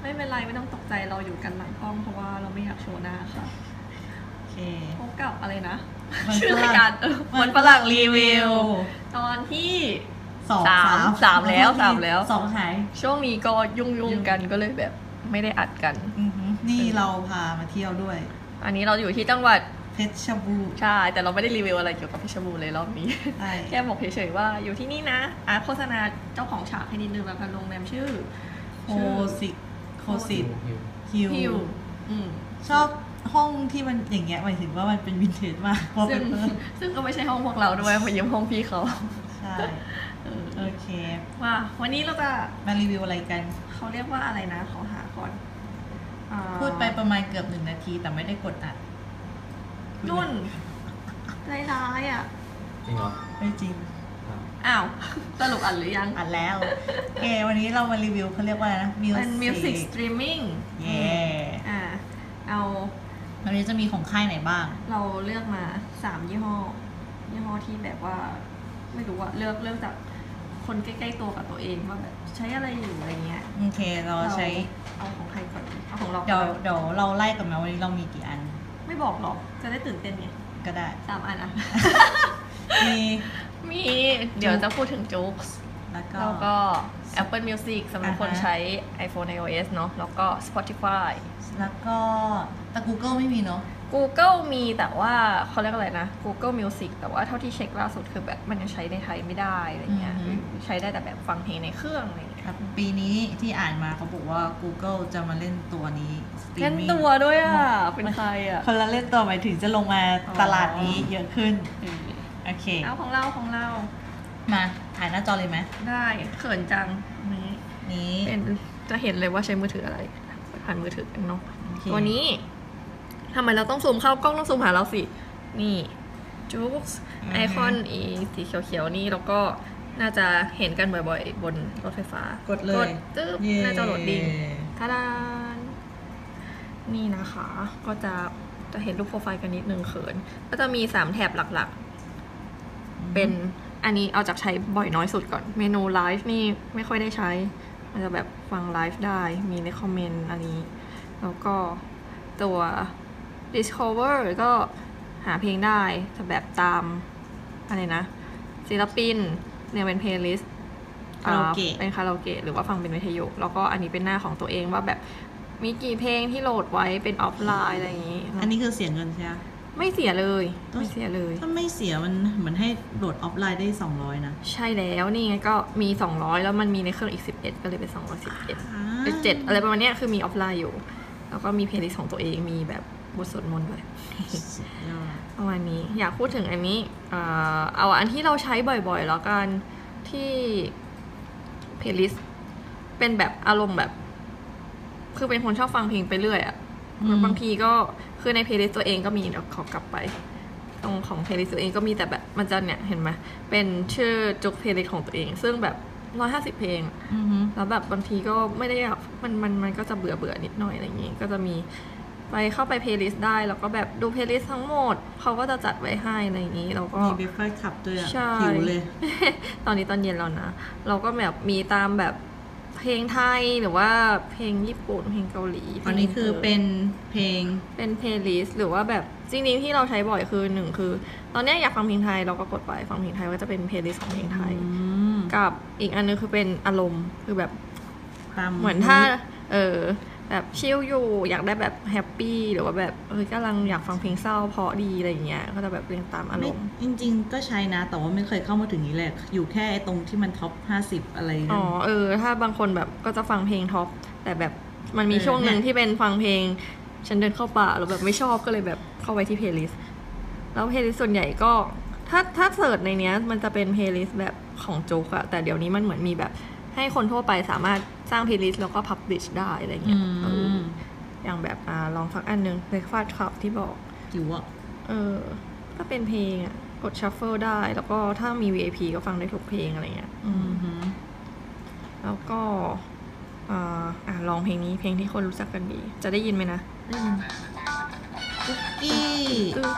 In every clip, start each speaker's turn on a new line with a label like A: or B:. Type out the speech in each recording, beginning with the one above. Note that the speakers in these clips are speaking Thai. A: เป็นไรไม่ต้องตกใจเราอยู่กันหลังกล้องเพราะว่าเราไม่อยากโชว์หน้าค่ะ
B: โอเค
A: พบกับอะไรนะ
B: มันฝรั่ง
A: ชื่อรายการเออ
B: มันฝรั่งรีวิว
A: ตอนที่
B: สอง
A: สามสามแล้วสามแล้ว
B: สองหาย
A: ช่วงนี้ก็ยุ่งๆกันก็เลยแบบไม่ได้อัดกัน
B: อือหือนี่เราพามาเที่ยวด้วย
A: อันนี้เราอยู่ที่จังหวัด
B: เพชรบูรณ์
A: ใช่ แต่เราไม่ได้รีวิวอะไรเกี่ยวกับเพชรบูรณ์เลยรอบนี้
B: ใช่
A: แค่บอกเฉยๆว่าอยู่ที่นี่นะอ่ะโฆษณาเจ้าของฉากให้นิดนึงแล้วกันโรงแรมชื่อ
B: โคสิกโคสิต
C: อยู่
B: ฮิ
A: ฮิว
B: ว
A: อืม
B: ชอบห้องที่มันอย่างเงี้ยหมายถึงว่ามันเป็นวินเทจมากเพราะ
A: ซึ่
B: เป็
A: ง
B: นเพิ่ม
A: ซึ่งก็ไม่ใช่ห้องพวกเราด้วย มายืมห้องพี่เขา
B: ใช่
A: เออ
B: โอเค
A: ว่า วันนี้เราจะ
B: มารีวิวอะไรกัน
A: เขาเรียกว่าอะไรนะขอหาก่อนอ่า
B: พูดไปประมาณเกือบหนึ่งนาทีแต่ไม่ได้กดอัด
A: นุ่นร้ายๆอ่ะ
C: จริงเหรอ
B: ไม่จริง
C: ครับ
A: อ้าว สรุปอัดหรือยัง
B: อัดแล้วโอเควันนี้เรามารีวิวเขาเรียกว่าอะไรนะมิว
A: เป็นมิวสิ
B: สิ
A: กสตรีมมิ่ง
B: เย่
A: อ่า เอา
B: วันนี้จะมีของค่ายไหนบ้าง
A: เราเลือกมาสามยี่ห้อ ยี่ห้อที่แบบว่า ไม่รู้ว่าเลือกเลือกจากคนใกล้ๆตัวกับตัวเองว่าแบบใช้อะไรอยู่อะไรเงี้ย
B: โอเคเราใช้
A: เอาของใครก่อนเอาของเราก่อน
B: เดี๋ยวเดี๋ยวเราไล่กันมาวันนี้เรามีกี่อัน
A: ไม่บอกหรอก จะได้ตื่นเต้นไง
B: ก็ได้
A: สามอั นอ่ะ
B: มี
A: มี เดี๋ยวจะพูดถึงจุ๊กส์
B: แล้วก็
A: แล้วก็ Apple Music สำหรับคน
B: อ่าฮะ
A: ใช้ iPhone iOS เนอะแล้วก็ Spotify
B: แล้วก็แต่ Google ไม่มีเนาะ
A: Google มีแต่ว่าเขาเรียกอะไรนะ Google Music แต่ว่าเท่าที่เช็คล่าสุดคือแบบมันยังใช้ในไทยไม่ได้อะไรเงี้ย
B: อือฮึ
A: ใช้ได้แต่แบบฟังเพลงในเครื่องอะไรเงี้ย
B: ครับปีนี้ที่อ่านมาเขาบอกว่า Google จะมาเล่นตัวนี้ streaming
A: เล่นตัวด้วยอ่ะ เป็นใครอ่ะ
B: คนละเล่นตัวหมายถึงจะลงมาตลาดนี้
A: อ๋อ
B: เยอะขึ้นโอเค
A: เอาของเราของเรา
B: มาถ่ายหน้าจอเลยไหม
A: ได้เขินจังนี่
B: นี้
A: เป็นจะเห็นเลยว่าใช้มือถืออะไร ผ่านมือถือกันเนาะ
B: โอเค
A: ตัวนี้ทำไมเราต้องซูมเข้ากล้องต้องซูมหาเราสิ นี่จุ๊กไอคอนอีสีเขียวๆนี่แล้วก็น่าจะเห็นกันบ่อยๆ บนรถไฟฟ้าก ก
B: ดเลย
A: ตึ๊บ
B: เย่
A: หน่าจะโหลดดิ้ง ทาดานนี่นะคะ ก็จะจะเห็นรูปโปรไฟล์กันนิดนึงเขิน ก็จะมี 3 แถบหลักๆ เป็นอันนี้เอาจากใช้บ่อยน้อยสุดก่อน เมนูไลฟ์นี่ไม่ค่อยได้ใช้ มันจะแบบฟังไลฟ์ได้ มีในคอมเมนต์อันนี้ แล้วก็ตัว discover ก็หาเพลงได้จะแบบตาม อะไรนะ ศิลปินเนี่ยเป็นเพลย์ลิสต์
B: คาราโอเกะ
A: เป็นคาราโอเกะหรือว่าฟังเป็นวิทยุ แล้วก็อันนี้เป็นหน้าของตัวเองว่าแบบมีกี่เพลงที่โหลดไว้เป็นออฟไลน์อะไรอย่างนี้
B: อันนี้คือเสียเงินใช่ไหม
A: ไม่เสียเลย
B: ต้อง
A: ไม่เสียเลย
B: ถ้าไม่เสียมันเหมือนให้โหลดออฟไลน์ได้ 200 นะ
A: ใช่แล้วนี่ไงก็มี 200 แล้วมันมีในเครื่องอีก 11 ก็เลยเป็น 211
B: อ่า
A: เจ็ดเจ็ดอะไรประมาณเนี้ยคือมีออฟไลน์อยู่ แล้วก็มีเพลย์ลิสต์ของตัวเองมีแบบบทสวดมนต์ด้วย
B: สุดยอด
A: ประมาณนี้อยากพูดถึงอันนี้เอ่อเอาอันที่เราใช้บ่อยๆ แล้วกันที่เพลย์ลิสต์เป็นแบบอารมณ์แบบ คือเป็นคนชอบฟังเพลงไปเรื่อยอะ
B: อืม
A: บางทีก็คือในเพลย์ลิสต์ตัวเองก็มีเดี๋ยวขอกลับไป ตรงของเพลย์ลิสต์ตัวเองก็มีแต่แบบมันจะเนี่ยเห็นไหมเป็นชื่อจุกเพลย์ลิสต์ของตัวเอง ซึ่งแบบร้อยห้าสิบ150 เพลง
B: อือหือ
A: แล้วแบบบางทีก็ไม่ได้อยากมันมันมันก็จะเบื่อเบื่อนิดหน่อยอะไรอย่างงี้ ก็จะมีไปเข้าไปเพลย์ลิสต์ได้ แล้วก็แบบดูเพลย์ลิสต์ทั้งหมด เขาก็จะจัดไว้ให้อะไรอย่างงี้ แล้วก็
B: มีเบฟเฟอร์ขับด้วยอะ
A: ใช่
B: หิวเลย
A: ตอนนี้ตอนเย็นแล้วนะ เราก็แบบมีตามแบบเพลงไทยหรือว่าเพลงญี่ปุ่นเพลงเกาหลี
B: อันนี้คือเป็นเพลง
A: เป็นเพลย์ลิสต์หรือว่าแบบจริงๆที่เราใช้บ่อยคือหนึ่งคือ ตอนเนี้ยอยากฟังเพลงไทยเราก็กดไปฟังเพลงไทยก็จะเป็นเพลย์ลิสต์ของเพลงไทย
B: อืม
A: กับอีกอันนึงคือเป็นอารมณ์คือแบบ
B: ตาม
A: เหมือนถ้า เออ แบบชิลอยู่ อยากได้แบบแฮปปี้ หรือว่าแบบ เออกำลังอยากฟังเพลงเศร้าเพราะดีอะไรอย่างเงี้ย ก็จะแบบเรียงตามอาร
B: ไม่
A: มณ์
B: จริง ๆ ก็ใช้นะ แต่ว่าไม่เคยเข้ามาถึงนี้แหละ อยู่แค่ไอ้ตรงที่มันท็อป 50 อะไรนั่น
A: อ๋อ เออ ถ้าบางคนแบบก็จะฟังเพลงท็อป แต่แบบมันมี
B: เออ
A: ช่วงหนึ่ง
B: เนี่ย
A: ที่เป็นฟังเพลง ฉันเดินเข้าป่าแล้วแบบไม่ชอบก็เลยแบบเข้าไปที่เพลย์ลิสต์ แล้วเพลย์ลิสต์ส่วนใหญ่ก็ ถ้าถ้าเสิร์ชในเนี้ย มันจะเป็นเพลย์ลิสต์แบบของโจ๊กอะแต่เดี๋ยวนี้มันเหมือนมีแบบให้คนทั่วไปสามารถสร้างเพลย์ลิสต์แล้วก็พับลิชได้อะไรเงี้ยเอออ อย่างแบบอ่าลองสักอันหนึ่ง Breakfast Club ที่บอก
B: หิวอ่ะ
A: เออ ก็เป็นเพลงอ่ะ กด shuffle ได้ แล้วก็ถ้ามี VIP ก็ฟังได้ทุกเพลงอะไรเงี้ย
B: อือหือ
A: แล้วก็อ่าอ่าลองเพลงนี้เพลงที่คนรู้จักกันดี จะได้ยินไหมนะ
B: ได้ยินคุกกี้
A: อึ๊บ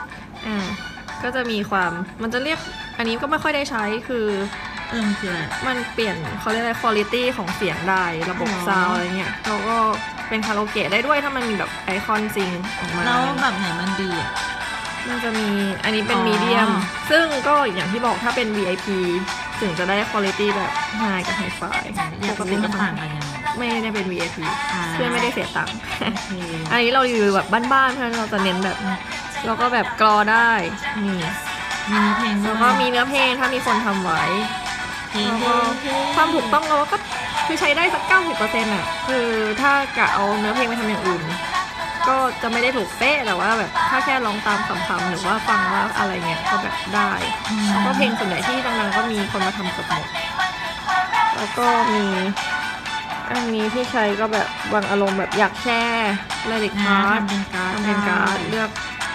A: อ่า ก็จะมีความ มันจะเรียก อันนี้ก็ไม่ค่อยได้ใช้ คือ
B: เออมันคืออะไร
A: มันเปลี่ยนเขาเรียกอะไรคุณภาพของเสียงได้ระบบ
B: อ๋อ
A: ซาวด์อะไรเงี้ยแล้วก็เป็นคาราโอเกะได้ด้วยถ้ามันมีแบบไอคอนจริงออกมา
B: แล้วแบบไหนมันดีอ่ะ
A: มันจะมีอันนี้เป็น
B: อ๋อ
A: มีเดียม ซึ่งก็อย่างที่บอกถ้าเป็น VIP ถึงจะได้คุณภาพแบบไฮกับไฮไฟ
B: อยากรู้มันต่างกันยังไง
A: ไม่ได้เป็น VIP
B: า
A: เพื่อนไม่ได้เสียตังค์
B: โอเค
A: อันนี้เรารีวิวแบบบ้านๆเพราะฉะนั้นเราจะเน้นแบบนี้แล้วก็แบบกรอได้นี่
B: มีเพลงด้
A: แล้ว วย ก็มีเนื้อเพลงถ้ามีคนทำไว้
B: เพลง
A: แล้วก็ความถูกต้องเราก็คือใช้ได้สักเก้าสิบเปอร์เซ็นต์อ่ะ คือถ้ากะเอาเนื้อเพลงไปทำอย่างอื่น ก็จะไม่ได้ถูกเป๊ะแต่ว่าแบบถ้าแค่ลองตามคำๆหรือว่าฟังว่าอะไรเงี้ยก็แบบได้
B: อืม
A: แล้วก็เพลงส่วนใหญ่ที่ดังๆก็มีคนมาทำเกือบหมดแล้วก็มีอันนี้ที่ใช้ก็แบบบางอารมณ์แบบอยากแช่เลริก
B: อ่า
A: พาร์ท
B: ทำเป็นการ์ด
A: ทำเป็นการดเลือก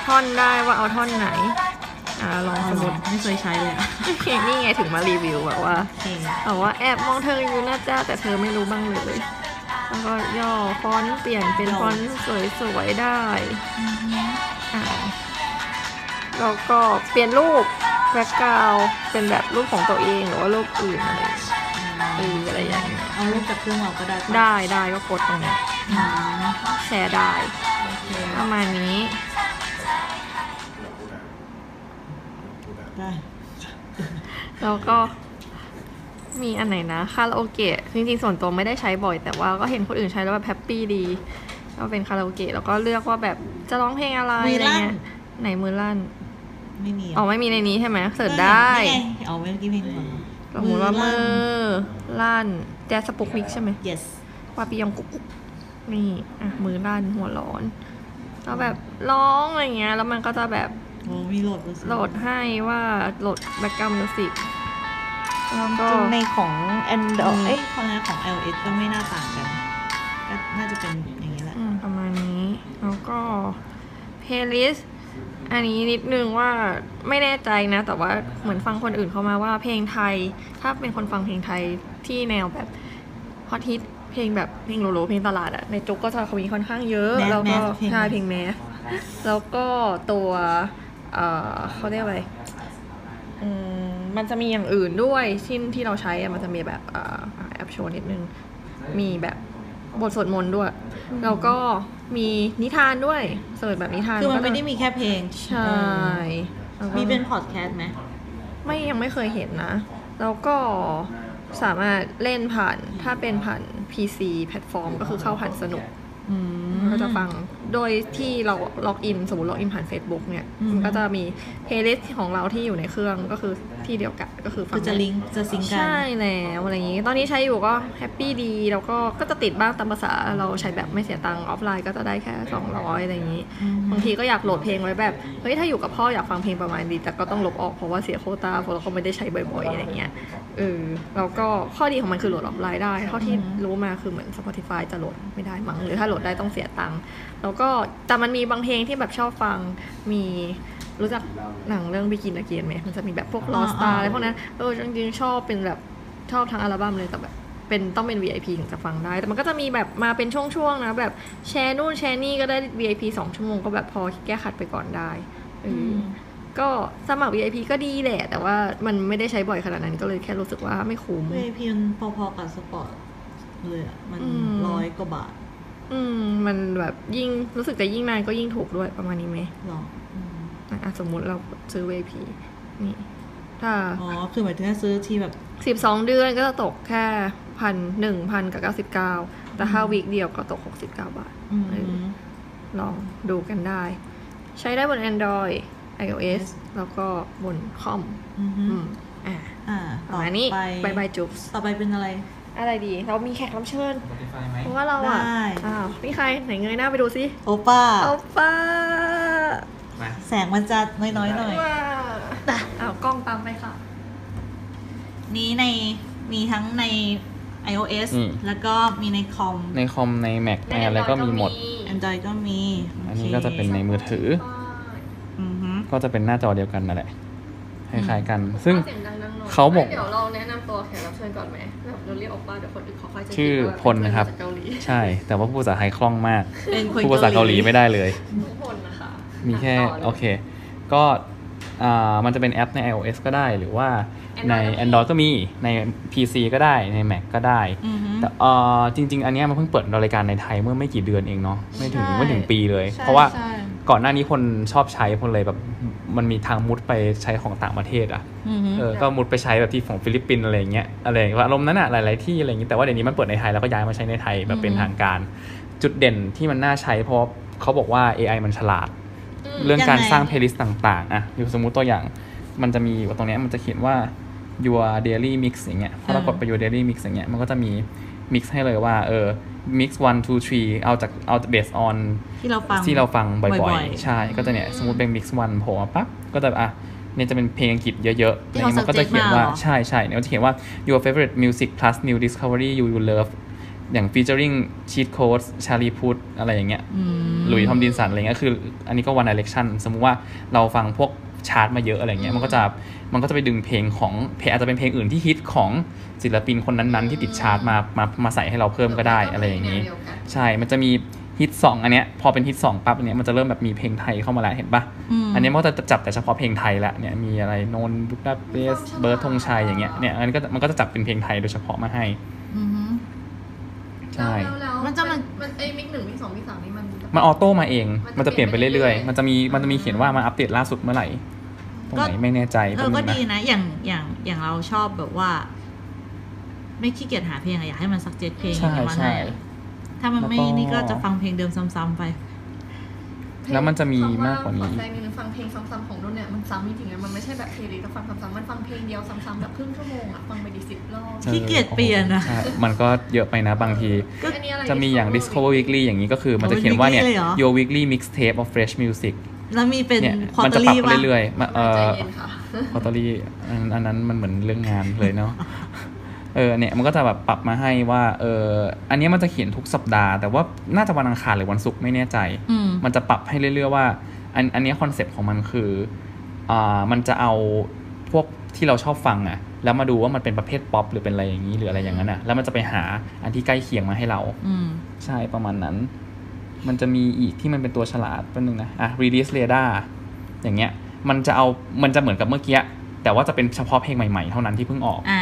A: ท่อนได้ว่าเอาท่อนไหนอ่าลอง
B: อ๋อ
A: สม
B: เหร
A: ม
B: อ
A: ติ
B: ไม่เคยใช้เลยอ่ะ
A: นี่ไงถึงมารีวิวแบบว่า
B: โอเค
A: บอกว่าแอบมองเธออยู่นะจ๊ะแต่เธอไม่รู้บ้างเลย แล้วก็ย่อฟอนต์เปลี่ยนเป็นฟอนต์สวยๆได้
B: อืม
A: อ่าแล้วก็เปลี่ยนรูปแบ็กกราวเป็นแบบรูปของตัวเองหรือว่ารูปอื่นอะไรอย่างเงี้ย เอออะไรอย่างเงี้ย
B: เอารูปจากเครื่องเราก็ได้ปะ
A: ได้ได้ก็กดตรงเนี้ย
B: อืม
A: แชร์ได้
B: โอเค
A: ประมาณนี้
B: ได้
A: แล้วก็มีอันไหนนะคาราโอเกะจริงๆส่วนตัวไม่ได้ใช้บ่อย แต่ว่าก็เห็นคนอื่นใช้แล้วแบบแฮปปี้ดีก็เป็นคาราโอเกะแล้วก็เลือกว่าแบบจะร้องเพลงอะไร
B: มือ
A: อะไร
B: ลั่น
A: เงี้ยไหนมือลั่น
B: ไม่มีะ
A: อ๋อไม่มีในนี้ใช่ไหมเสิร์ชได้
B: นี่ไงเอาไว้เมื่อกี้เพลงก่อน
A: สมมติว่ามื
B: มือ
A: อ
B: ลั่น
A: ลั่นแจสปุกมิกใช่ไหม
B: yes
A: วาปียองกุ๊กกุ๊กนี่อ่ะมือลั่นหัวร้อนแล้วแบบร้องอะไรเงี้ยแล้วมันก็จะแบบ
B: โอ้มีโหลดด้วยสิ
A: โหลดให้ว่าโหลดแบ็กกราวด์มิวสิกแล้วก็
C: จริงในของ Android
B: เอ้
C: เอ้
B: ย
C: ย
B: คนละของ LS ก็ไม่น่าต่างกัน ก็น่าจะเป็นอย่างนี้แหละ
A: อืมประมาณนี้แล้วก็เพลย์ลิสอันนี้นิดนึงว่าไม่แน่ใจนะ แต่ว่าเหมือนฟังคนอื่นเขามาว่าเพลงไทย ถ้าเป็นคนฟังเพลงไทยที่แนวแบบ ฮอตฮิตเพลงแบบเพลงโลโลเพลงตลาดอะในจุกก็จะมีค่อนข้างเยอะ
B: Math
A: แล้วก็
B: Math เพลง
A: ใช่เพลงแมสแล้วก็ตัวเอ่อเขาเรียกอะไรอืมมันจะมีอย่างอื่นด้วยชิ้นที่เราใช้อะมันจะมีแบบเอ่ออ่ะแอปโชว์นิดนึง มีแบบบทสวดมนต์ด้วย แล้วก็มีนิทานด้วยเสิร์ชแบบนิทาน
B: คือมัน
A: ก็จะ
B: ไม่ได้มีแค่เพลง
A: ใช่แล้วก็
B: มีเป็นพอดแคสต์ไหม
A: ไม่ยังไม่เคยเห็นนะ แล้วก็สามารถเล่นผ่านถ้าเป็นผ่าน PC แพลตฟอร์ม ก็คือเข้าผ่านสนุก
B: อืม
A: ก็จะฟังโดยที่เราล็อกอิน สมมติล็อกอินผ่าน Facebook เนี่ย
B: อืม
A: มันก็จะมีเพลย์ลิสต์ของเราที่อยู่ในเครื่องก็คือที่เดียวกันก็คือฟัง
B: คือจะลิงก์จะซิงก์กัน
A: ใช่แล้วอะไรอย่างนี้ ตอนนี้ใช้อยู่ก็แฮปปี้ดี แล้วก็ก็จะติดบ้างตามภาษาเราใช้แบบไม่เสียตังค์ออฟไลน์ก็จะได้แค่ 200อะไรอย่างนี้
B: อืม
A: บางทีก็อยากโหลดเพลงไว้แบบเฮ้ยถ้าอยู่กับพ่ออยากฟังเพลงประมาณดีแต่ก็ต้องลบออกเพราะว่าเสียโควตาเพราะเราก็ไม่ได้ใช้บ่อยๆอะไรเงี้ยเออแล้วก็ข้อดีของมันคือโหลดออฟไลน์ได้ เท่าที่รู้มาคือเหมือน Spotify จะโหลดไม่ได้มั้งหรือถ้าโหลดได้ต้องเสียตังค์แล้วก็แต่มันมีบางเพลงที่แบบชอบฟังมีรู้จักหนังเรื่อง Begin Again ไหมมันจะมีแบบพวก Lost Star อะไรพวกนั้นเออจริงๆชอบเป็นแบบชอบทั้งอัลบั้มเลยแต่แบบ เป็นต้องเป็น VIP ถึงจะฟังได้ แต่มันก็จะมีแบบมาเป็นช่วงๆนะ แบบแชร์นู่นแชร์นี่ก็ได้ VIP 2 ชั่วโมงก็แบบพอแก้ขัดไปก่อนได้เอออก็สมัคร VIP ก็ดีแหละ แต่ว่ามันไม่ได้ใช้บ่อยขนาดนั้นก็เลยแค่รู้สึกว่าไม่คุ้ม
B: เวพีมันพอๆกับสปอร์ตเลยอ่ะ มัน
A: อืม
B: ร้อยกว่าบาท
A: อืม มันแบบยิ่งรู้สึกจะยิ่งนานก็ยิ่งถูกด้วยประมาณนี้ไหม
B: หรออืม
A: อ่ะอ่ะสมมุติเราซื้อ VIP นี่ ถ้า
B: อ๋อ คือหมายถึงว่าซื้อที่แบบ
A: 12 เดือนก็จะตกแค่พันหนึ่งพันกับ 99 แต่ถ้าวีคเดียวก็ตก 69 บาท
B: อืม
A: ลองดูกันได้ ใช้ได้บน Android iOS แล้วก็บนคอม
B: อืม
A: อืมอ่า
B: อ่า
A: ประมาณนี้บายบายจุ๊บ
B: ต่อไปเป็นอะไร
A: อะไรดี เรามีแขกรับเชิญ
D: Spotify ไหม
A: เพราะว่าเราอ่ะ
B: ได้
A: อ้าวนี่ใคร ไหนเงยหน้าไปดูซิ
B: โอป้า
A: เอาป้า
D: มา
B: แสงมันจะน้อยๆหน่อย
A: ว้าอ้าวกล้องตามไปค่ะ
B: นี้ในมีทั้งใน iOS
D: อืม
B: แล้วก็มีในคอม
D: ในคอมใน Mac ในอะไรก็มีหมด
B: Android ก็มีโ
D: อันนี้
B: ค
D: ก็จะเป็นในมือถือ
B: อือฮึ
D: ก็จะเป็นหน้าจอเดียวกันนั่นแหละ ค
B: อืม
D: ล้ายๆกัน
A: ซึ่
D: ซึ่
A: ง
D: ง
A: เขา
D: เขา
A: บบ อ
D: อก ก
A: เดี๋ยวเราแนะนำตัวแขกรับเชิญก่อนไหมแบบเราเรียกออกป้าเดี๋ยวคนอื่นเขาค่อยจะ
D: ชื่อ
A: ดว่า
D: พลนะครับ
A: เป็เพื่อมาจากเกาหลี
D: ใช่ แต่ว่าพูดภาษาไทยคล่องมาก
B: เป็นคน
D: พูดภาษาเกาหลีไม่ได้เลย
A: ทุกคนนะคะ
D: มีแค่
A: ต่ลย
D: โอเค ก็ อ่ามันจะเป็นแอปใน iOS ก็ได้ หรือว่าใน
A: Android
D: Android
A: ก็
D: ก็
A: มี
D: มีใน PC ก็ได้ใน Mac ก็ได้
B: อือหือ
D: แต่เอ่อจริง ๆ อันเนี้ยมันเพิ่งเปิดรายการในไทยเมื่อไม่กี่เดือนเองเนาะไม่ถึง
A: ใช่
D: ไม่ถึงปีเลย
A: ใช่
D: เพราะว่า
A: ใช่
D: ก่อนหน้านี้คนชอบใช้คนเลยแบบมันมีทางมุดไปใช้ของต่างประเทศอ่ะ
B: อือหือ
D: เออก็มุดไปใช้แบบที่ของฟิลิปปินส์อะไรอย่างเงี้ยอะไรอย่างเงี้ยอารมณ์นั้นอะหลาย ๆ ที่อะไรอย่างเงี้ยแต่ว่าเดี๋ยวนี้มันเปิดในไทยแล้วก็ย้ายมาใช้ในไทยแบบเป็น
B: อืม
D: ทางการ จุดเด่นที่มันน่าใช้เพราะเขาบอกว่า AI มันฉลาด เรื่องการ
B: ยังไง
D: สร้างเพลย์ลิสต์ต่างๆ อ่ะอยู่สมมุติตัวอย่าง มันจะมีอยู่ตรงเนี้ยมันจะเขียนว่า your daily mix อย่างเงี้ย พอเรากดไป your daily mix อย่างเงี้ย มันก็จะมี mix ให้เลยว่า เออ mix one two three เอาจาก เอา based on
B: ที่เราฟัง
D: ที่เราฟังบ่
B: บ่
D: อ
B: อย ย
D: ๆ
B: ๆ
D: ใช่ ก็จะเนี่ย สมมติเป็น mix one โผล่มาปั๊บ ก็จะอ่ะ เนี่ยจะเป็นเพลงอังกฤษเยอะๆ
B: ที่เขา
D: ในนี้มัก็จะ
B: suggest
D: เขียนว่า
B: มาเหรอ
D: ใช่ใช่เนี่ยมันจะเขียนว่า your favorite music plus new discovery you you love อย่าง featuring cheat codes Charlie Puth อะไรอย่างเงี้ย
B: อืม
D: หลุยส์ทอมดินสันอะไรเงี้ยคือ อันนี้ก็ One Direction สมมุติว่าเราฟังพวกชาร์ตมาเยอะอะไรเงี้ยมันก็จะมันก็จะไปดึงเพลงของเพลงอาจจะเป็นเพลงอื่นที่ฮิตของศิลปินคนนั้นๆ ที่ติดชาร์ตมามามาใส่ให้เราเพิ่มก็ได้อะไรอย่างนี้ ใช่ มันจะมีฮิตสองอันเนี้ยพอเป็นฮิตสองปั๊บอันเนี้ยมันจะเริ่มแบบมีเพลงไทยเข้ามาแล้วเห็นปะ
B: อืม
D: อันเนี้ยมันก็จะจับแต่เฉพาะเพลงไทยละเนี่ยมีอะไรโนนบุกดาเปสเบิร์ดธงชัยอย่างเงี้ยเนี่ยอันนี้ก็มันก็จะจับเป็นเพลงไทยโดยเฉพาะมาให้
B: อือหือ
D: ใช่
B: มั
A: มัน
B: น
A: จะ
B: จะมั
A: มัน
B: น
A: มันไอ้มิกหนึ่งมิกสองมิกสามนี่มัน
D: มันออโต้มาเอง
A: มันจะ
D: มันจะเปลี่ยนไปเรื่อยๆ
A: เปลี่ยนไปเรื่อยๆ
D: มันจะมี มันจะมีเขียนว่ามาอัปเดตล่าสุดเมื่อไหร่ ตรงไหน
B: ก็
D: ไม่แน่ใจ
B: เอ
D: ตร
B: อง ก็
D: นี้น
B: ดี
D: นะ
B: นะ อย่างอย่างอย่างเราชอบแบบว่า ไม่ขี้เกียจหาเพลงอะอยากให้มันสักเจ็ดเพลงอ
D: ใช่
B: ย่างมัน
D: ใช่
B: ให้อะถ้ามันไม่
D: แล้วก็
B: นี่ก็จะฟังเพลงเดิมซ้ำๆไป
D: แล้วมันจะมีมากกว่านี้
A: ฟังเพลงฟังเพลงซ้ำๆของนุ่นเนี่ยมันซ้ำจริงๆนะมันไม่ใช่แบบเพลย์ลิสต์แล้วฟังซ้ำๆมันฟังเพลงเดียวซ้ำๆแบบครึ่งชั่วโมงอ่ะฟังไปดิสิบรอบ
B: ขี้เกียจเปลี่ยนอะ
D: ใช่มันก็เยอะไปนะบางที
B: ก็
A: อันนี้อไร
D: จะมีอย่าง Discover Weekly อย่างนี้ก็คือ มันจะเขียนว่าเนี่ย
B: Weekly เลยเหรอ
D: Your Weekly Mixtape of Fresh Music
B: แล้วมีเป็น
D: เนี่ย
B: ควอ
D: มั
B: เต
D: จะ
B: อ
D: ปรับ
B: รี่
D: ไป
B: ว่า
D: เรื่อยๆมาเอ่
A: ใจ
D: อ
A: เย็นค่ะ
D: ลอตเตอรี่อันอันนั้นมันเหมือนเรื่องงานเลยเนาะ เออเนี่ยมันก็จะแบบปรับมาให้ว่าเอออันนี้มันจะเขียนทุกสัปดาห์ แต่ว่าน่าจะวันอังคารหรือวันศุกร์ไม่แน่ใจ
B: อืม
D: มันจะปรับให้เรื่อยๆว่า อันอันเนี้คอนเซปต์ของมันคืออ่ามันจะเอาพวกที่เราชอบฟังอะแล้วมาดูว่ามันเป็นประเภทป๊อปหรือเป็นอะไรอย่างนี้หรืออะไรอย่างนั้นอะแล้วมันจะไปหาอันที่ใกล้เคียงมาให้เรา
B: อืม
D: ใช่ประมาณนั้น มันจะมีอีกที่มันเป็นตัวฉลาดเป็นหนึ่งนะ อ่ะ release radar อย่างเงี้ย มันจะเอา มันจะเหมือนกับเมื่อกี้ แต่ว่าจะเป็นเฉพาะเพลงใหม่ๆ เท่านั้นที่เพิ่งออก
B: อ่า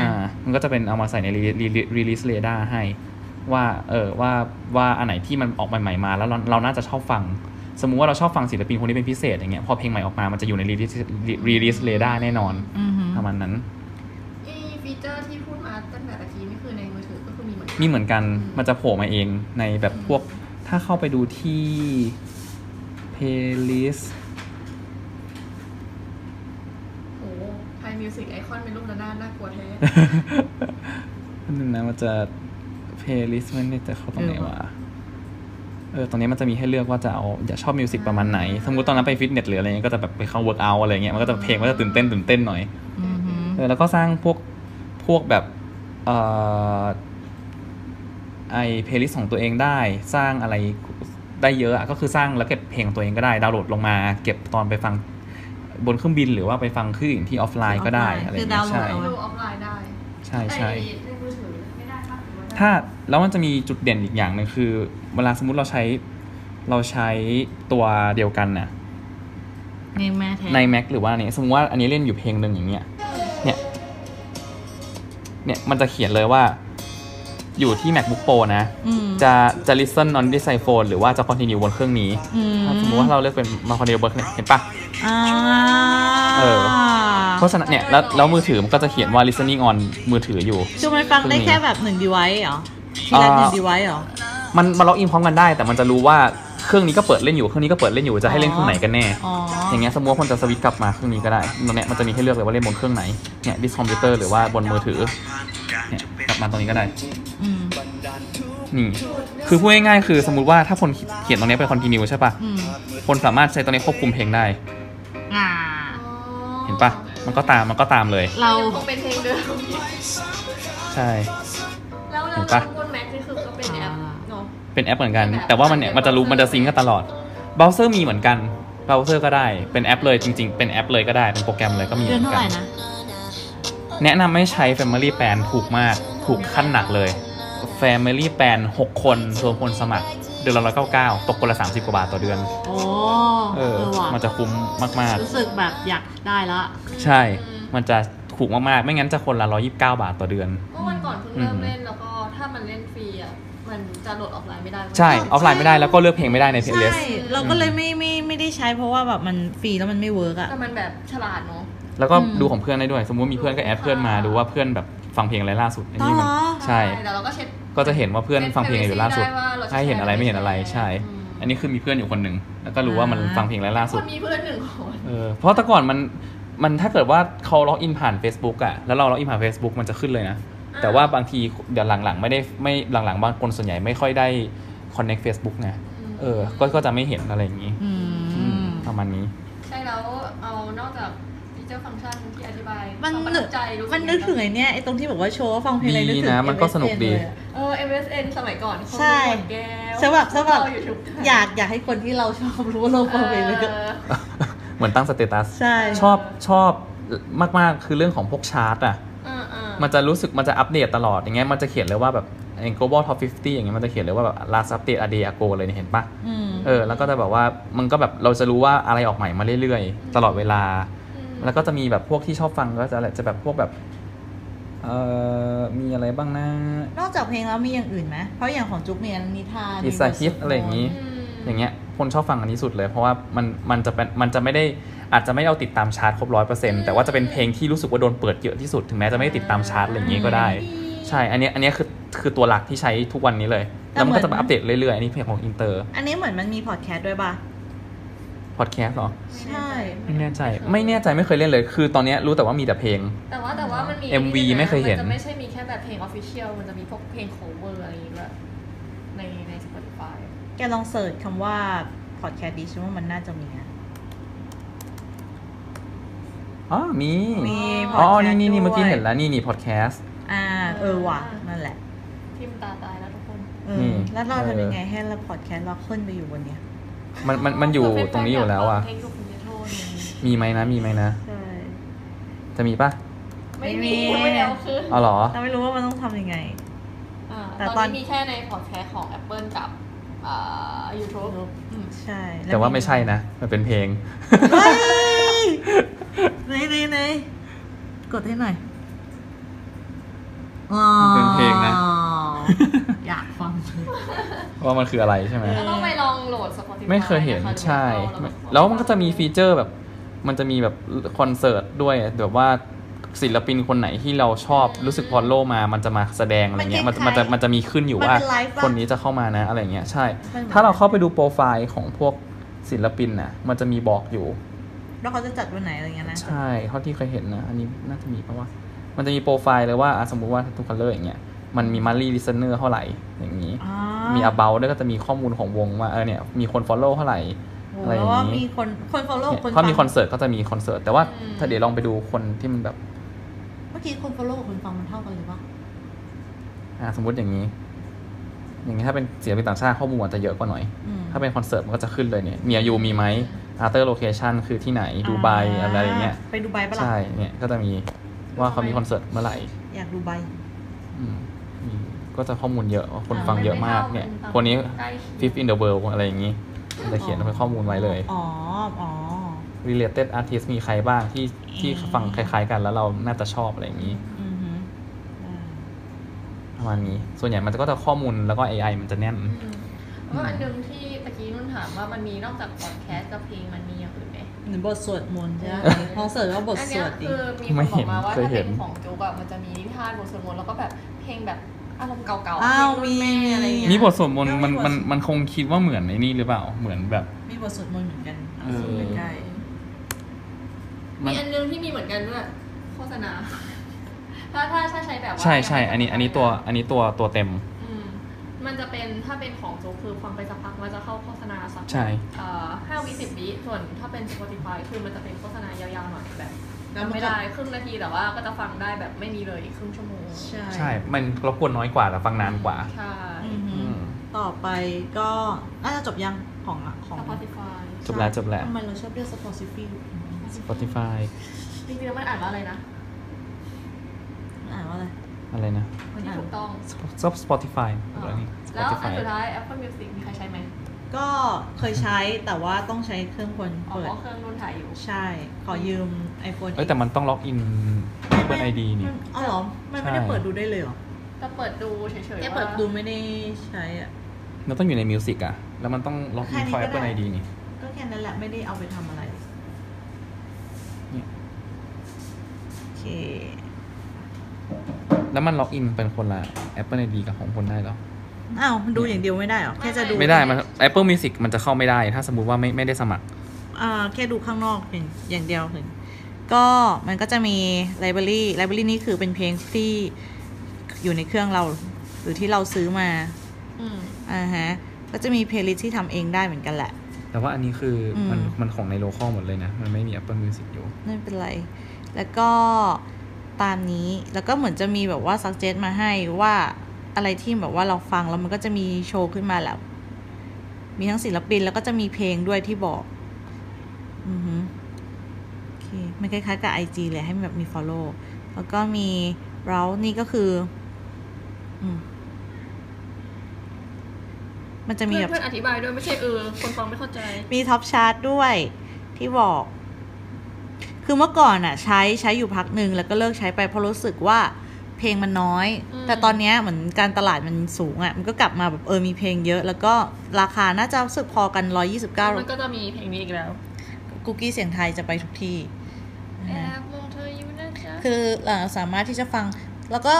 D: อ่า มันก็จะเป็นเอามาใส่ใน re- re- release radar ให้ ว่า เออ ว่า ว่าอันไหนที่มันออกใหม่ๆมาแล้วเราเราน่าจะชอบฟัง สมมุติว่าเราชอบฟังศิลปินคนนี้เป็นพิเศษอย่างเงี้ย พอเพลงใหม่ออกมา มันจะอยู่ใน release release radar แน่นอน
B: อือหือ
D: ประมาณนั้น
A: อีฟีเจอร์ที่พูดมาตั้งแต่ตะกี้นี่คือในมือถือก็คือมีเหมือนกัน
D: มีเหมือนกัน
A: อืม
D: มันจะโผล่มาเองในแบบพวก ถ้าเข้าไปดูที่ playlist
A: โอ้ไทยมิวสิกไอคอนเป็นรูประนาดน่ากลัวแท้
D: อันนึงนะมันจะ playlist มันเนี่ยจะเข้าตรงไหน
B: เออ
D: วะ
B: ว่ะ
D: เออ ตรงนี้มันจะมีให้เลือกว่าจะเอา อยากชอบมิวสิกประมาณไหน สมมติตอนนั้นไปฟิตเนสหรืออะไรเงี้ย ก็จะแบบไปเข้าเวิร์กอัลอะไรเงี้ย มันก็จะเพลงก็จะตื่นเต้นตื่นเต้นหน่อย
B: อือหือ
D: เออแล้วก็สร้างพวกพวกแบบเอ่อไอเพลย์ลิสของตัวเองได้ สร้างอะไรได้เยอะอะก็คือสร้างแล้วเก็บเพลงของตัวเองก็ได้ดาวน์โหลดลงมา เก็บตอนไปฟังบนเครื่องบินหรือว่าไปฟังคลื่นที่ออฟไลน์ก็ได้
B: คือออฟไลน์
D: อะไรอย่าง
B: คือดา
D: เงี้
B: วยน์โหลด
A: ดู
B: เอาไว้
D: ใช่
A: ออฟไลน์ได้
D: ใช่ใช่
A: ไอ้ในมือถือไม่ได้ปะหรือว่ได้
D: ถ้าแล้วมันจะมีจุดเด่นอีกอย่างหนึ่งคือ เวลาสมมติเราใช้เราใช้ตัวเดียวกันน่ะ
B: ในแม่แท้
D: ใน Mac หรือว่าอันนี้สมมติว่าอันนี้เล่นอยู่เพลงหนึ่งอย่างเงี้ย เนี่ย เนี่ยมันจะเขียนเลยว่า อยู่ที่ MacBook Pro นะ
B: อืม
D: จะจะ listen on this iPhone หรือว่าจะ continue บนเครื่องนี้
B: อืม
D: ถ้าสมมติว่าเราเลือกเป็น continue บนเครื่องเนี่ยเห็นปะ
B: อ่า
D: เออ เพราะฉะนั้นเนี่ยแล้วแล้วมือถือมันก็จะเขียนว่า listening on มือถืออยู่
B: คือมันฟังได้แค่แบบหนึ่งดีไวเหรอ ทีละหนึ่งดีไวเหรอ
D: มันมาล็อกอินพร้อมกันได้ แต่มันจะรู้ว่าเครื่องนี้ก็เปิดเล่นอยู่เครื่องนี้ก็เปิดเล่นอยู่จะให้เล่นเครื่องไหนกันแน่
B: อ๋อ
D: อย่างเงี้ยสมมติว่าคนจะสวิตช์กลับมาเครื่องนี้ก็ได้ตรงเนี้ยมันจะมีให้เลือกเลยว่าเล่นบนเครื่องไหน เนี่ยดิสคอมพิวเตอร์หรือว่าบนมือถือ เนี่ยกลับมาตรงนี้ก็ได้
B: อืม
D: นี่ คือพูดง่ายๆคือสมมติว่าถ้าคนเขียนตรงเนี้ยเป็นคอนติเนียใช่ปะ
B: อืม
D: คนสามารถใช้ตรงนี้ควบคุมเพลงได้
B: อ่า
D: เห็นปะมันก็ตาม มันก็ตามเลย
B: เรา
A: ยังคงเป็นเพลงเดิม
D: ใช่
A: แล้ว
D: เห็
A: แล้ว
D: นปะ
A: บนแม็กนี่คือก็เป็นแอปเนาะ
D: เป็นแอปเหมือนกัน แต่ว่ามันเนี่ยมันจะรู้ มันจะซิงก์กันตลอด เบราว์เซอร์มีเหมือนกัน เบราว์เซอร์ก็ได้ เป็นแอปเลยจริง ๆ เป็นแอปเลยก็ได้ เป็นโปรแกรมเลยก็มีเห
B: เดือน
D: มือ
B: เท่าน ไห
D: กั
B: ร่
D: น
B: นะ
D: แนะนำให้ใช้ Family Plan ถูกมาก ถูกขั้นหนักเลย Family Plan 6 คนรวมคนสมัคร ดือนละร้อยเก้าเก้าตกคนละสามสิบกว่าบาทต่อเดือน
B: โอ้
D: เออ
B: ว่ะ
D: มันจะคุ้มมาก
B: รู้สึกแบบอยากได้ละ
D: ๆ ใช่ มันจะถูกมากๆ ไม่งั้นจะคนละร้อยิบเก้าบาทต่อเดือน
A: เมื่อวันก่อนเพิ่งเริ่มเล่นแล้วก็ถ้ามันเล่นฟรีอ่ะมันจะโหลดออฟไลน์ไม่ได้เว้ย
D: ใช่ ออฟไลน์ไม่ได้แล้วก็เลือกเพลงไม่ได้ในเพลย์ลิส
B: ใช่ เราก็เลยไม่ไม่ไม่ได้ใช้เพราะว่าแบบมันฟรีแล้วมันไม่เวิร์กอะ
A: แต่มันแบบฉลาดเนาะ
D: แล้วก็
B: อืม
D: ดูของเพื่อนได้ด้วย สมมติมีเพื่อนก็แอดเพื่อนมาดูว่าเพื่อนแบบฟังเพลงอะไรล่าสุดอันนี้มั
B: อ๋อเหรอ
D: ใช่
A: แต่เราก็เช็ด
D: ก็จะเห็นว่าเพื่อนฟังเพลงอะไรอยู่ล่าสุด
A: ได้ว่าเราจะ
D: ใช่เห็นอะไรไม่เห็นอะไรใช่
A: อืม
D: อันนี้คือมีเพื่อนอยู่คนหนึ่งแล้วก็รู้ว่ามัน
B: อ่า
D: ฟังเพลงอะไรล่า
A: ค
D: สุด
A: นมีเพื่อนหนึ่งคน
D: เออเพราะแต่ก่อนมันมันถ้าเกิดว่าเขาล็อกอินผ่าน Facebook อะแล้วเราล็อกอินผ่าน Facebook มันจะขึ้นเลยนะ
A: อ่า
D: แต่ว่าบางทีเดี๋ยวหลังๆ ไม่ได้ไม่หลังๆบางคนส่วนใหญ่ไม่ค่อยได้ connect Facebook ไงเออก็ก็จะไม่เห็นอะไรอย่างนี้
B: อืม
D: ประมาณนี้
A: ใช่แล้วเอานอกจากฟีเจอร์ฟังก์ชันที่อธิบาย
B: มัน
A: ความประ
B: นึ
A: ทั
B: ก
A: บใจรู้สึ
B: มันนึกถึงไอเนี้ยไอตรงที่บอกว่าโชว์ว่าฟังเพลงอะไรนึกถึง
D: ดีนะมันก็
B: MSN
D: สนุกดี
B: เลยอะ
A: เออ MSN สมัยก่อนเขา
B: ใช่
A: มีขวดแก้ว
B: สำหรับสำหรับ
A: เราอยู่ทุกทง
B: อยากอยากให้คนที่เราชอบรู้ว่าเราฟังเพลงอะไรก็
A: เออ
D: เหมือนตั้งสเตตัส
B: ใช่
D: ชอบชอบมากๆคือเรื่องของพวกชาร์ตอะ
A: อ่าๆ
D: มันจะรู้สึกมันจะอัปเดตตลอดอย่างเงี้ยมันจะเขียนเลยว่าแบบอย่าง global top 50 อย่างเงี้ยมันจะเขียนเลยว่าแบบ last update a day ago เลยเนี่ยเห็นปะ
B: อืม
D: เออแล้วก็จะแบบว่ามันก็แบบเราจะรู้ว่าอะไรออกใหม่มาเรื่อยๆ ตลอดเวลา แล้วก็จะมีแบบพวกที่ชอบฟังก็จะอะไรจะแบบพวกแบบเออมีอะไรบ้างนะ
B: นอกจากเพลงแล้วมีอย่างอื่นไหม เพราะอย่างของจุ๊กมีอันนิทาน
D: อิสระฮิตอะไรอย่างนี้
A: อืม
D: อย่างเงี้ยคนชอบฟังอันนี้สุดเลย เพราะว่ามันมันจะเป็นมันจะไม่ได้อาจจะไม่ได้เอาติดตามชาร์ตครบร้อยเปอร์เซ็นต์แต่ว่าจะเป็นเพลงที่รู้สึกว่าโดนเปิดเยอะที่สุดถึงแม้จะไม่ได้ติดตามชาร์ตอะไรอย่างนี้ก็ได้ ใช่อันเนี้ยอันเนี้ยคือคือตัวหลักที่ใช้ทุกวันนี้เลย แล้วมันก็จะมาอัปเดตเรื่อยๆอันนี้เพลงของอินเตอร์
B: อันนี้เหมือนมันมีพอดแคสต์ด้วยป่ะ
D: พอดแคสต์เหรอ
B: ใช่
D: ไม่แน่ใจ ไม่แน่ใจไม่เคยเล่นเลย คือตอนเนี้ยรู้แต่ว่ามีแต่เพลง
A: แต่ว่าแต่ว่ามันมี
D: MV
A: นี่ด้วะ
D: ไม่เคยเห็น
A: มัจะไม่ใช่มีแค่แบบเพลงออฟฟิเชียลมันจะมีพวกเพลง cover อะไรอย่างเงี้ยด้วยในใน Spotify
B: แกลองเสิร์ชคำว่าพอดแคสต์ดิฉันว่ามันน่าจะมีนะ
D: อ๋อ มี
B: มีพ
D: อ๋
B: อ
D: อ
B: ดแคสต์
D: นี่นี่นี่
B: ด้วย
D: เมื่อกี้เห็นแล้ว นี่นี่พอดแคสต์
B: อ่า เออว่ะ นั่นแหละ
A: พิมพ์ตาตายแล้วทุกคน
B: เอ
D: นี่
B: อ แล้วเรา
D: เออ
B: ทำยังไงให้เราพอดแคสต์เราขึ้นไปอยู่บนเนี้ย
D: มันมันมันอยู่ตรงนี้อยู่แล้วอ่ะ
A: เพลงลูกคุณจะโทษเนี่ย
D: มีไหมนะ มีไหมนะ
B: ใช่
D: จะมีปะ
A: ไม่มี
B: ไม่มี
A: ไม่เอาคือ
D: เอาเหรอ
B: เราไม่รู้ว่ามันต้องทำยังไง
A: อ่า
B: แต่
A: ต
B: ต
A: อ
B: อน น
A: นี้มีแค่ในพอดแคสต์ของ Apple กับอ่า YouTube อืม
B: ใช่
D: แต่ว่าไม่ใช่นะ มันเป็นเพลง
B: เฮ้ยไหนไหนไหนกดให้หน่อยอ๋อ
D: มันเป็นเพลงนะ
B: อยากฟัง
D: ว่ามันคืออะไรใช่ไหม
A: ก็ต้องไปลองโหลด Spotify
D: ไม่เคยเห็น
A: ะคะ
D: ใช่
A: ดูเอา
D: แล้วมันก็จะมีฟีเจอร์แบบ มันจะมีแบบคอนเสิร์ตด้วย แบบว่าศิลปินคนไหนที่เราชอบ รู้สึกพอลโลมา มันจะมาแสดงอะไรเงี้ย
B: มั
D: มัน น
B: ค
D: จะ
B: ล้ายๆ
D: มันจะมันจะมีขึ้นอยู่ว่า
B: มันเป็นไลฟ์ปะ
D: คนนี้จะเข้ามานะ อะไรเงี้ย ใช่
B: มันเหมือน
D: ถ้าเราเข้าไปดูโปรไฟล์ของพวกศิลปินน่ะ มันจะมีบอกอยู่
B: แล้วเขาจะจัดวันไหนอะไรเงี้ยนะ
D: ใช่ เท่าที่เคยเห็นนะ อันนี้น่าจะมีปะวะ มันจะมีโปรไฟล์เลยว่าอ่ะสมมุติว่าทุกคนเลอร์อย่างเงี้ย มันมีมารีลิสเนอร์เท่าไหร่ อย่างนี้
B: อ๋อ
D: มี about ด้วยก็จะมีข้อมูลของวงว่า เออเนี่ย มีคน follow เท่าไหร่
B: โอ้
D: อะไรอย่าง
B: แล้
D: นี้
B: วว่ามีคนคนฟอลโล่คน
D: ถ้ามีค
B: ฟั
D: อน
B: ง
D: เสิร์ตก็จะมีคอนเสิร์ต แต่ว่าถ้าเดี๋ยวลองไปดูคนที่มันแบบ
B: เมื่อกี้คนฟอลโล่กับคนฟังมันเท่ากันหรือเปล่า
D: อ่ะสมมติอย่างนี้ อย่างนี้ถ้าเป็นเสียงเป็นต่างชาติข้อมูลอาจจะเยอะกว่าหน่อย
B: อืม
D: ถ้าเป็นคอนเสิร์ตมันก็จะขึ้นเลยเนี่ยมีอายุมีไหม after location คือที่ไหนดูไบอะไรอย่างเงี้ย
B: ไปดูใบปะล่ะ
D: ใช่ เนี่ยก็จะมีว่าเขามีคอนเสิร์ตเมื่อไหร่
B: อยากดูใบ
D: อืมมีก็จะข้อมูลเยอะว่าคนฟังเยอะมากเนี่ย
A: ไม่
D: คนนี้
A: ใกล้เคียง
D: fifth in the world อะไรอย่างนี้จะเขียนเป็นข้อมูลไว้เลย
B: อ๋อ อ๋อ
D: related artist มีใครบ้างที่ที่ฟังคล้าย ๆ กันแล้วเราน่าจะชอบอะไรอย่างนี้
B: อือฮึอ่า
D: ประมาณนี้ ส่วนใหญ่มันก็จะข้อมูลแล้วก็ AI มันจะแน่น
A: อืมแล้วก็อันหนึ่งที่ตะกี้นุ่นถามว่ามันมีนอกจากพอดแคสต์กับเพลงมันมีอย่างอื่นไหม
B: หรือบทสวดมนต์ใช่ไหม
A: เออ
B: ลองเสิร์ชว่าบท
A: อัน
B: ส
A: เนี้ยว
B: ดดิ
A: คือมี
D: ไม่
A: คนบอก
D: เห็น
A: มาว่า
D: เคย
A: ถ้า
D: เห็
A: เป็น นของโจ๊กอะมันจะมีนิทานบทสวดมนต์แล้วก็แบบเพลงแบบอารมณ์เก่าๆ
B: อ้าว
A: เพลงรุ่นแม่
B: มี
A: อะไรอย่างเงี้ย
D: นี่บทสวดมนต์มัน
B: แล้วมีบท
D: มันมันคงคิดว่าเหมือนไอ้นี่หรือเปล่า เหมือนแบบ
B: มีบทสวดมนต์เหมือนกัน
D: เออ
B: สวดมนต์ได้
D: มั
A: มี
D: น
A: อันหนึงที่มีเหมือนกันด้วยโฆษณา ถ้าถ้าถ้าใช้แบบว่า
D: ใช่ใช่ อันนี้อันนี้ตัวอันนี้ตัวตัวเต็ม
A: อืมมันจะเป็นถ้าเป็นของโจ๊กคือฟังไปสักพักมันจะเข้าโฆษณาสัก
D: ใช่
A: เอ่อห้าวิสิบวิส่วนถ้าเป็น Spotify คือมันจะเป็นโฆษณายาวๆหน่อยแบบ
B: แล้วมั
A: จำ
B: นก็
A: ไม่ได้ครึ่งนาทีแต่ว่าก็จะฟังได้แบบไม่มีเลยอีกครึ่งชั่วโมง
B: ใช่
D: ใช่ มันรบกวนน้อยกว่าแต่ฟังนานกว่า
A: ใช่
B: อือฮึ
D: อืม
B: ต่อไปก็น่าจะจบยังของอะของ
A: Spotify
D: จบแล้วจบแล้ว
B: ทำไมเราชอบเรียกสปอร์ซิฟี่
D: Spotify
A: จริงๆแล้วมันอ่านว่าอะไรนะ
B: อ่านว่าอะไร
D: อ อะไรนะ
A: คนที่ถูกต้อง
D: ชอบ Spotify อะไรนี่
A: แล้วอัน
D: Spotify
A: สุดท้าย Apple Music มีใครใช้ไหม
B: ก็เคยใช้แต่ว่าต้องใช้เครื่องคน
A: อ๋อ
B: เปิด
A: เครื่องรุ่นถ่ายอยู่
B: ใช่ ขอยืม iPhone
D: เอ้ยแต่มันต้องล็อกอิน Apple ID นี่
B: มัอ๋อเหรอ มันไม่ได้
D: ใช่
B: เปิดดูได้เลยเหรอ
A: ก็เปิดดูเฉยๆ
B: เนี่ย
A: ว่า
B: เปิดดูไม่ได้ใช้อะ
D: เราต้องอยู่ใน Music อ่ะ แล้วมันต้องล็อกอินเข้า
B: แค่นี้ก็
D: Apple
B: ได้
D: ID นี่
B: ก็แค่นั้นแหละไม่ได้เอาไปทำอะไร
D: เนี่ย
B: โอเค
D: แล้วมันล็อกอินเป็นคนละ Apple ID กับของคนได้เหรอ
B: อ้าว ดูอย่างเดียวไม่ได้เหรอ แค่จะดู
D: ไม่ได้มัน Apple Music มันจะเข้าไม่ได้ถ้าสมมุติว่าไม่ไม่ได้สมัคร
B: อ่าแค่ดูข้างนอกอย่างอย่างเดียวถึงก็มันก็จะมี library library นี่คือเป็นเพลงที่อยู่ในเครื่องเรา หรือที่เราซื้อมา
E: อืม
B: อ่าฮะ ก็จะมี playlist ที่ทำเองได้เหมือนกันแหละ
D: แต่ว่าอันนี้คืออ
B: ม
D: มันมันของในโลคอลหมดเลยนะ มันไม่มี Apple Music อยู่
B: ไม่เป็นไร แล้วก็ตามนี้ แล้วก็เหมือนจะมีแบบว่า suggest มาให้ว่าอะไรที่แบบว่าเราฟังแล้วมันก็จะมีโชว์ขึ้นมาแหล้ว มีทั้งศิลปินแล้วก็จะมีเพลงด้วยที่บอก อือฮึโอเค มันคล้ายๆกับ IG เลยให้มันแบบมี follow แล้วก็มีเรานี่ก็คือ อืม มันจะมี
E: เพื่อน
B: แบบ
E: เพื่อนอธิบายด้วยไม่ใช่เออ คนฟังไม่เข้าใจ
B: มีท็อปชาร์ตด้วยที่บอก คือเมื่อก่อนอะใช้ใช้อยู่พักหนึ่งแล้วก็เลิกใช้ไปเพราะรู้สึกว่าเพลงมันน้อย
E: อืม
B: แต่ตอนเนี้ยเหมือนการตลาดมันสูงอะมันก็กลับมาแบบเออมีเพลงเยอะ แล้วก็ราคาน่าจะรู้สึกพอกัน
E: มัน
B: 129
E: ก็จะมีเพลงนี้อีกแล้ว
B: กุกกี้เสียงไทยจะไปทุกที่นะ
A: แอ
B: ฮะ
A: บมองเธออยู่นะคะ
B: คือเอ่อสามารถที่จะฟังแล้วก็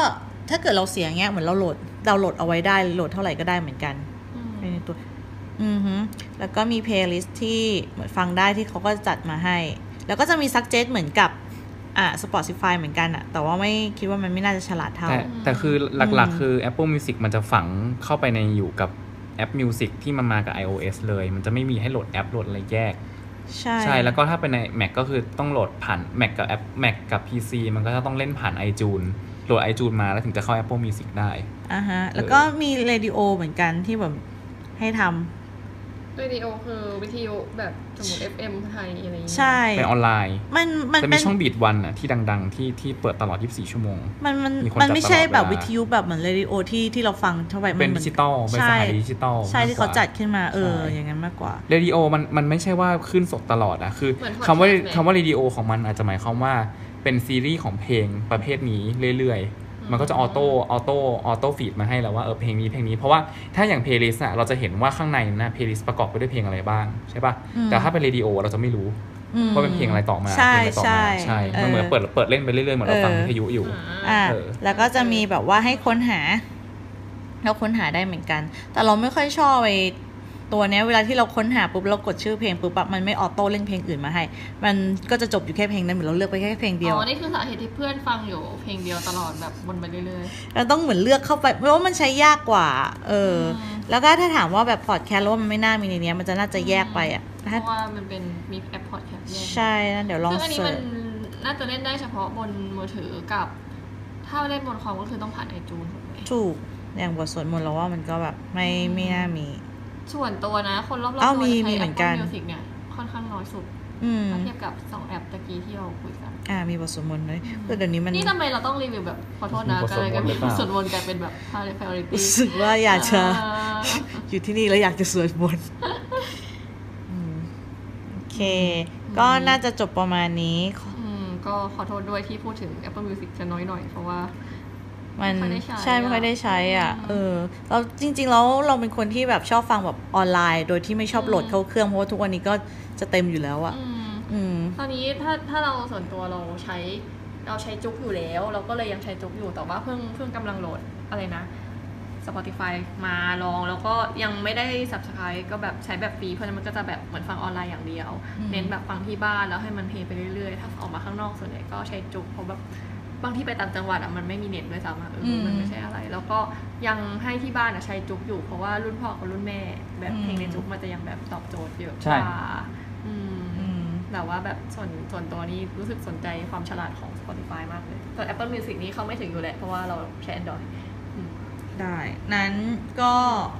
B: ถ้าเกิดเราเสียงเงี้ยเหมือนเราโหลดเราโหลดเอาไว้ได้โหลดเท่าไหร่ก็ได้เหมือนกันไปในตัว อือฮึแล้วก็มีเพลย์ลิสต์ที่เหมือนฟังได้ที่เขาก็จัดมาให้ แล้วก็จะมีซักเจ t เหมือนกับ อ่า Spotify เหมือนกันอะแต่ว่าไม่คิดว่ามันไม่น่าจะฉลาดเท่า
D: แต่แต่คือหลัก
B: อืม
D: ๆ คือ Apple Music มันจะฝังเข้าไปในอยู่กับแอป Music ที่มันมากับ iOS เลย มันจะไม่มีให้โหลดแอปโหลดอะไรแยก
B: ใช่
D: ใช่ แล้วก็ถ้าเป็นใน Mac ก็คือต้องโหลดผ่าน Mac กับแอป Mac กับ PC มันก็จะต้องเล่นผ่าน iTunes โหลด iTunes มาแล้วถึงจะเข้า Apple Music ได้
B: อ่าฮะ แล้วก็มีเรดิโอเหมือนกันที่แบบให้ทำ
A: วิดีโอคือวิทยุแบบสมมติ FM ไทยอะไรอย่างเงี้ย
B: ใช่
D: เป็นออนไลน์
B: มันมัน
D: จะมี
B: เป็น
D: ช่องบีดวันอะที่ดังๆ ที่ที่เปิดตลอด 24 ชั่วโมง
B: มันมัน
D: มีคน
B: มันไม่ใช่
D: จัดตลอด
B: แบบ
D: เวลา
B: วิทยุแบบเหมือนเรดิโอที่ที่เราฟังเท่าไหร่
D: เป็น
B: มัหมื
D: ดิ
B: อ
D: จิตอลเป็นส
B: ใช่
D: ถานีดิจิตอล
B: ใช่ที่เขา
D: มกกว่
B: จัดขึ้นมาเออ
D: ใช่
B: อย่างนั้นมากกว่า
D: เรดิโอมันมันไม่ใช่ว่าขึ้นสดตลอดอะคือ
A: เหมือน
D: คำว่า
A: พอดแสต์
D: คำว่าเรดิโอของมันอาจจะหมายความว่าเป็นซีรีส์ของเพลงประเภทนี้เรื่อยๆ มันก็จะออโต้ออโต้ออโต้ฟีดมาให้แล้วว่าเออเพลงนี้เพลงนี้เพราะว่าถ้าอย่างเพลย์ลิสต์อะเราจะเห็นว่าข้างในนั้นนะเพลย์ลิสต์ประกอบไปด้วยเพลงอะไรบ้างใช่ป่ะ
B: อืม
D: แต่ถ้าเป็นเรดิโอเราจะไม่รู้
B: อืม
D: ว่าเป็นเพลงอะไรต่อมา
B: ใช่
D: เพลงอะไรต่อมา
B: ใช่
D: ใช่มันเหมือนเปิดเปิดเล่นไปเรื่อยๆเหมือนเราฟังวิทยุอยู่
B: อ่า
D: เออ
B: แล้วก็จะมีแบบว่าให้ค้นหาเราค้นหาได้เหมือนกัน แต่เราไม่ค่อยชอบไอ้ตัวเนี้ยเวลาที่เราค้นหาปุ๊บเรากดชื่อเพลงปุ๊บอะมันไม่ออโต้เล่นเพลงอื่นมาให้ มันก็จะจบอยู่แค่เพลงนั้นเหมือนเราเลือกไปแค่เพลงเดียว
A: อ๋อ นี่คือสาเหตุที่เพื่อนฟังอยู่เพลงเดียวตลอดแบบวนไปเรื่อย
B: เราต้องเหมือนเลือกเข้าไปเพราะว่ามันใช้ยากกว่า เอออ
A: ม
B: แล้วก็ถ้าถามว่าแบบพอดแคสต์แล้วว่ามันไม่น่ามีในเนี้ย มันจะน่าจะแยกไปอ่ะ
A: ๆ เพ
B: ถ้า
A: ราะว่ามันเป็นมีแอปพอดแคสต์แยก
B: ใช่นั่นเดี๋ยวลอง
A: ซึ่งอันนี้
B: เสิ
A: มัน
B: ร์ช
A: น่าจะเล่นได้เฉพาะบนมือถือกับ ถ้าเล่นบนคอมก็คือต้องผ่านไอจูนถูกไหม
B: ถูกอย่างบทสวดมนต์เราว่ามันก็แบบไม่ไม่น่ามี
A: ส่วนตัวนะ คนรอบๆตั
B: เอ้าว มี
A: ที่
B: มี
A: ใช้
B: เหมือนกัน
A: Apple Music เนี่ย ค่อนข้างน้อยสุด
B: อืม
A: ถ้าเทียบกับ 2 แอปตะกี้ที่เราคุยกัน
B: อ่ามีบทสวดมนต์ด้วยแต่เดี๋ยวนี้มัน
A: นี่ทำไมเราต้องรีวิวแบบ ขอโทษนะ
D: มีบท
A: กันเลยกัน
D: สวดมนต์หรือ
A: ส่วนวนก
D: เปล่า
A: ลายเป็นแบบ priority
B: รู้สึกว่าอยากจะ
A: อ่า
B: อยู่ที่นี่แล้วอยากจะสวดมนต์อืมโอเค ก็น่าจะจบประมาณนี้ขอ
A: อืมก็ขอโทษด้วยที่พูดถึง Apple Music จะน้อยหน่อยเพราะว่า
B: มัน
A: ไม่ค่อยได้ใช้
B: ใช่ไม่ค่อยได้ใช้อ่ะ
A: อืม
B: เออเราจริง ๆ แล้วเราเป็นคนที่แบบชอบฟังแบบออนไลน์ โดยที่ไม่ชอบโหลด
A: อืม
B: เข้าเครื่องเพราะว่าทุกวันนี้ก็จะเต็มอยู่แล้วอ่ะ
A: อืม
B: อืม
A: ตอนนี้ถ้าถ้าเราส่วนตัวเราใช้เราใช้จุกอยู่แล้ว เราก็เลยยังใช้จุกอยู่แต่ว่าเพิ่งเพิ่งกำลังโหลดอะไรนะ Spotify มาลองแล้วก็ยังไม่ได้ subscribe ก็แบบใช้แบบฟรีเพราะฉะนั้นมันก็จะแบบเหมือนฟังออนไลน์อย่างเดียว
B: อืม
A: เน้นแบบฟังที่บ้านแล้วให้มันเพลงไปเรื่อยๆ ถ้าออกมาข้างนอกส่วนใหญ่ก็ใช้จุกเพราะแบบบางที่ไปต่างจังหวัดอ่ะมันไม่มีเน็ตด้วยซ้ำอ่ะเออมันไม่ใช่อะไร แล้วก็ยังให้ที่บ้านอ่ะใช้จุกอยู่เพราะว่ารุ่นพ่อกับรุ่นแม่ แบบเพลงในจุกมันจะยังแบบตอบโจทย์เยอะก
D: ใช่
A: ว่าอืม
B: อืม
A: แต่ว่าแบบส่วนส่วนตัวนี้รู้สึกสนใจความฉลาดของ Spotify มากเลย ส่วน Apple Music นี้เข้าไม่ถึงอยู่แหละเพราะว่าเราใช้ Android อืม
B: ได้ นั้นก็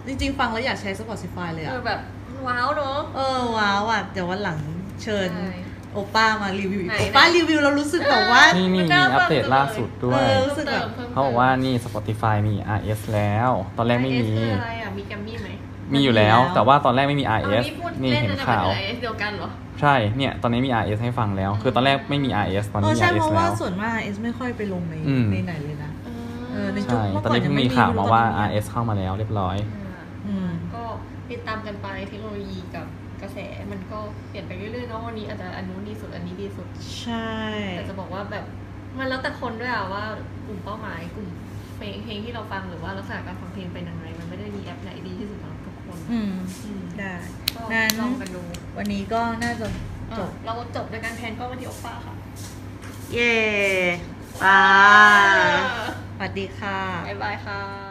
B: จริงๆ ฟังแล้วอยากใช้ Spotify เลย
A: เอ
B: อ่ะ
A: อแบบว้าวเนอะ
B: เออว้าวอ่ะ เดี๋ยววันหลังเชิญ
A: ใช่
B: โอ โอป้ามารีวิวอีก
A: ไหน
B: โอป้า
A: ไหน
B: รีวิวเรารู้สึกแบบว่า
D: นี่นี่มีอัปเดตล่าสุดด้ว
B: เอย อ รู้สึกแบบ
A: พิ่มติม
D: เขาบอกว่านี่ Spotify มี RS แล้ว ตอนแรกไม่มี
A: อ้ IS คืออะไรอ่ะมีแกมมี่ไหม
D: มีอยู่แล้ว แต่ว่าตอนแรกไม่มี
A: เอา
D: RS
A: นี่พูด
D: นี่
A: เล่น
D: เห็น
A: นั่นน่ะ
D: ข่าว
A: เป็นไอเอสเดียวกันเหรอ
D: ใช่ เนี่ย ตอนนี้มี RS ให้ฟังแล้ว คือตอนแรกไม่มี RS ตอน
B: เอ
D: นี้
B: อ
D: มี
B: ใช่เพ
D: RS
B: ราะ
D: แล้
B: ว่า
D: วน
B: ส่วนมากเอสไม่ค่อยไปลงใน
D: อืม
B: ในไหนเลยนะ เออใน
D: ใช่ ตอนนี้เพิ่งมีข่าวมาว่า RS เข้ามาแล้วเรียบร้อย
B: อืม
A: ก็ติดตามกันไปเทคโนโลยีกับกระแสมันก็เปลี่ยนไปเรื่อยๆเนาะวันนี้อาจจะอันนู้นดีสุดอันนี้ดีสุด
B: ใช่
A: แต่จะบอกว่าแบบมันแล้วแต่คนด้วยอะว่ากลุ่มเป้าหมายกลุ่มเพลงเพลงที่เราฟังหรือว่าลักษณะการฟังเพลงเป็นยังไงมันไม่ได้มีแอปไหนดีที่สุดสำหรับทุกคน
B: อืม
A: อืม
B: ได้
A: ก็
B: งั้น
A: ลองกันดู
B: วันนี้ก็น่าจะจ
A: อ่ะ
B: บ
A: เราจบโดยการแพนกล้องมาที่โอปป้าค่ะ
B: เย้ป้าสวัสดีค่ะ
A: บ๊ายบายค่ะ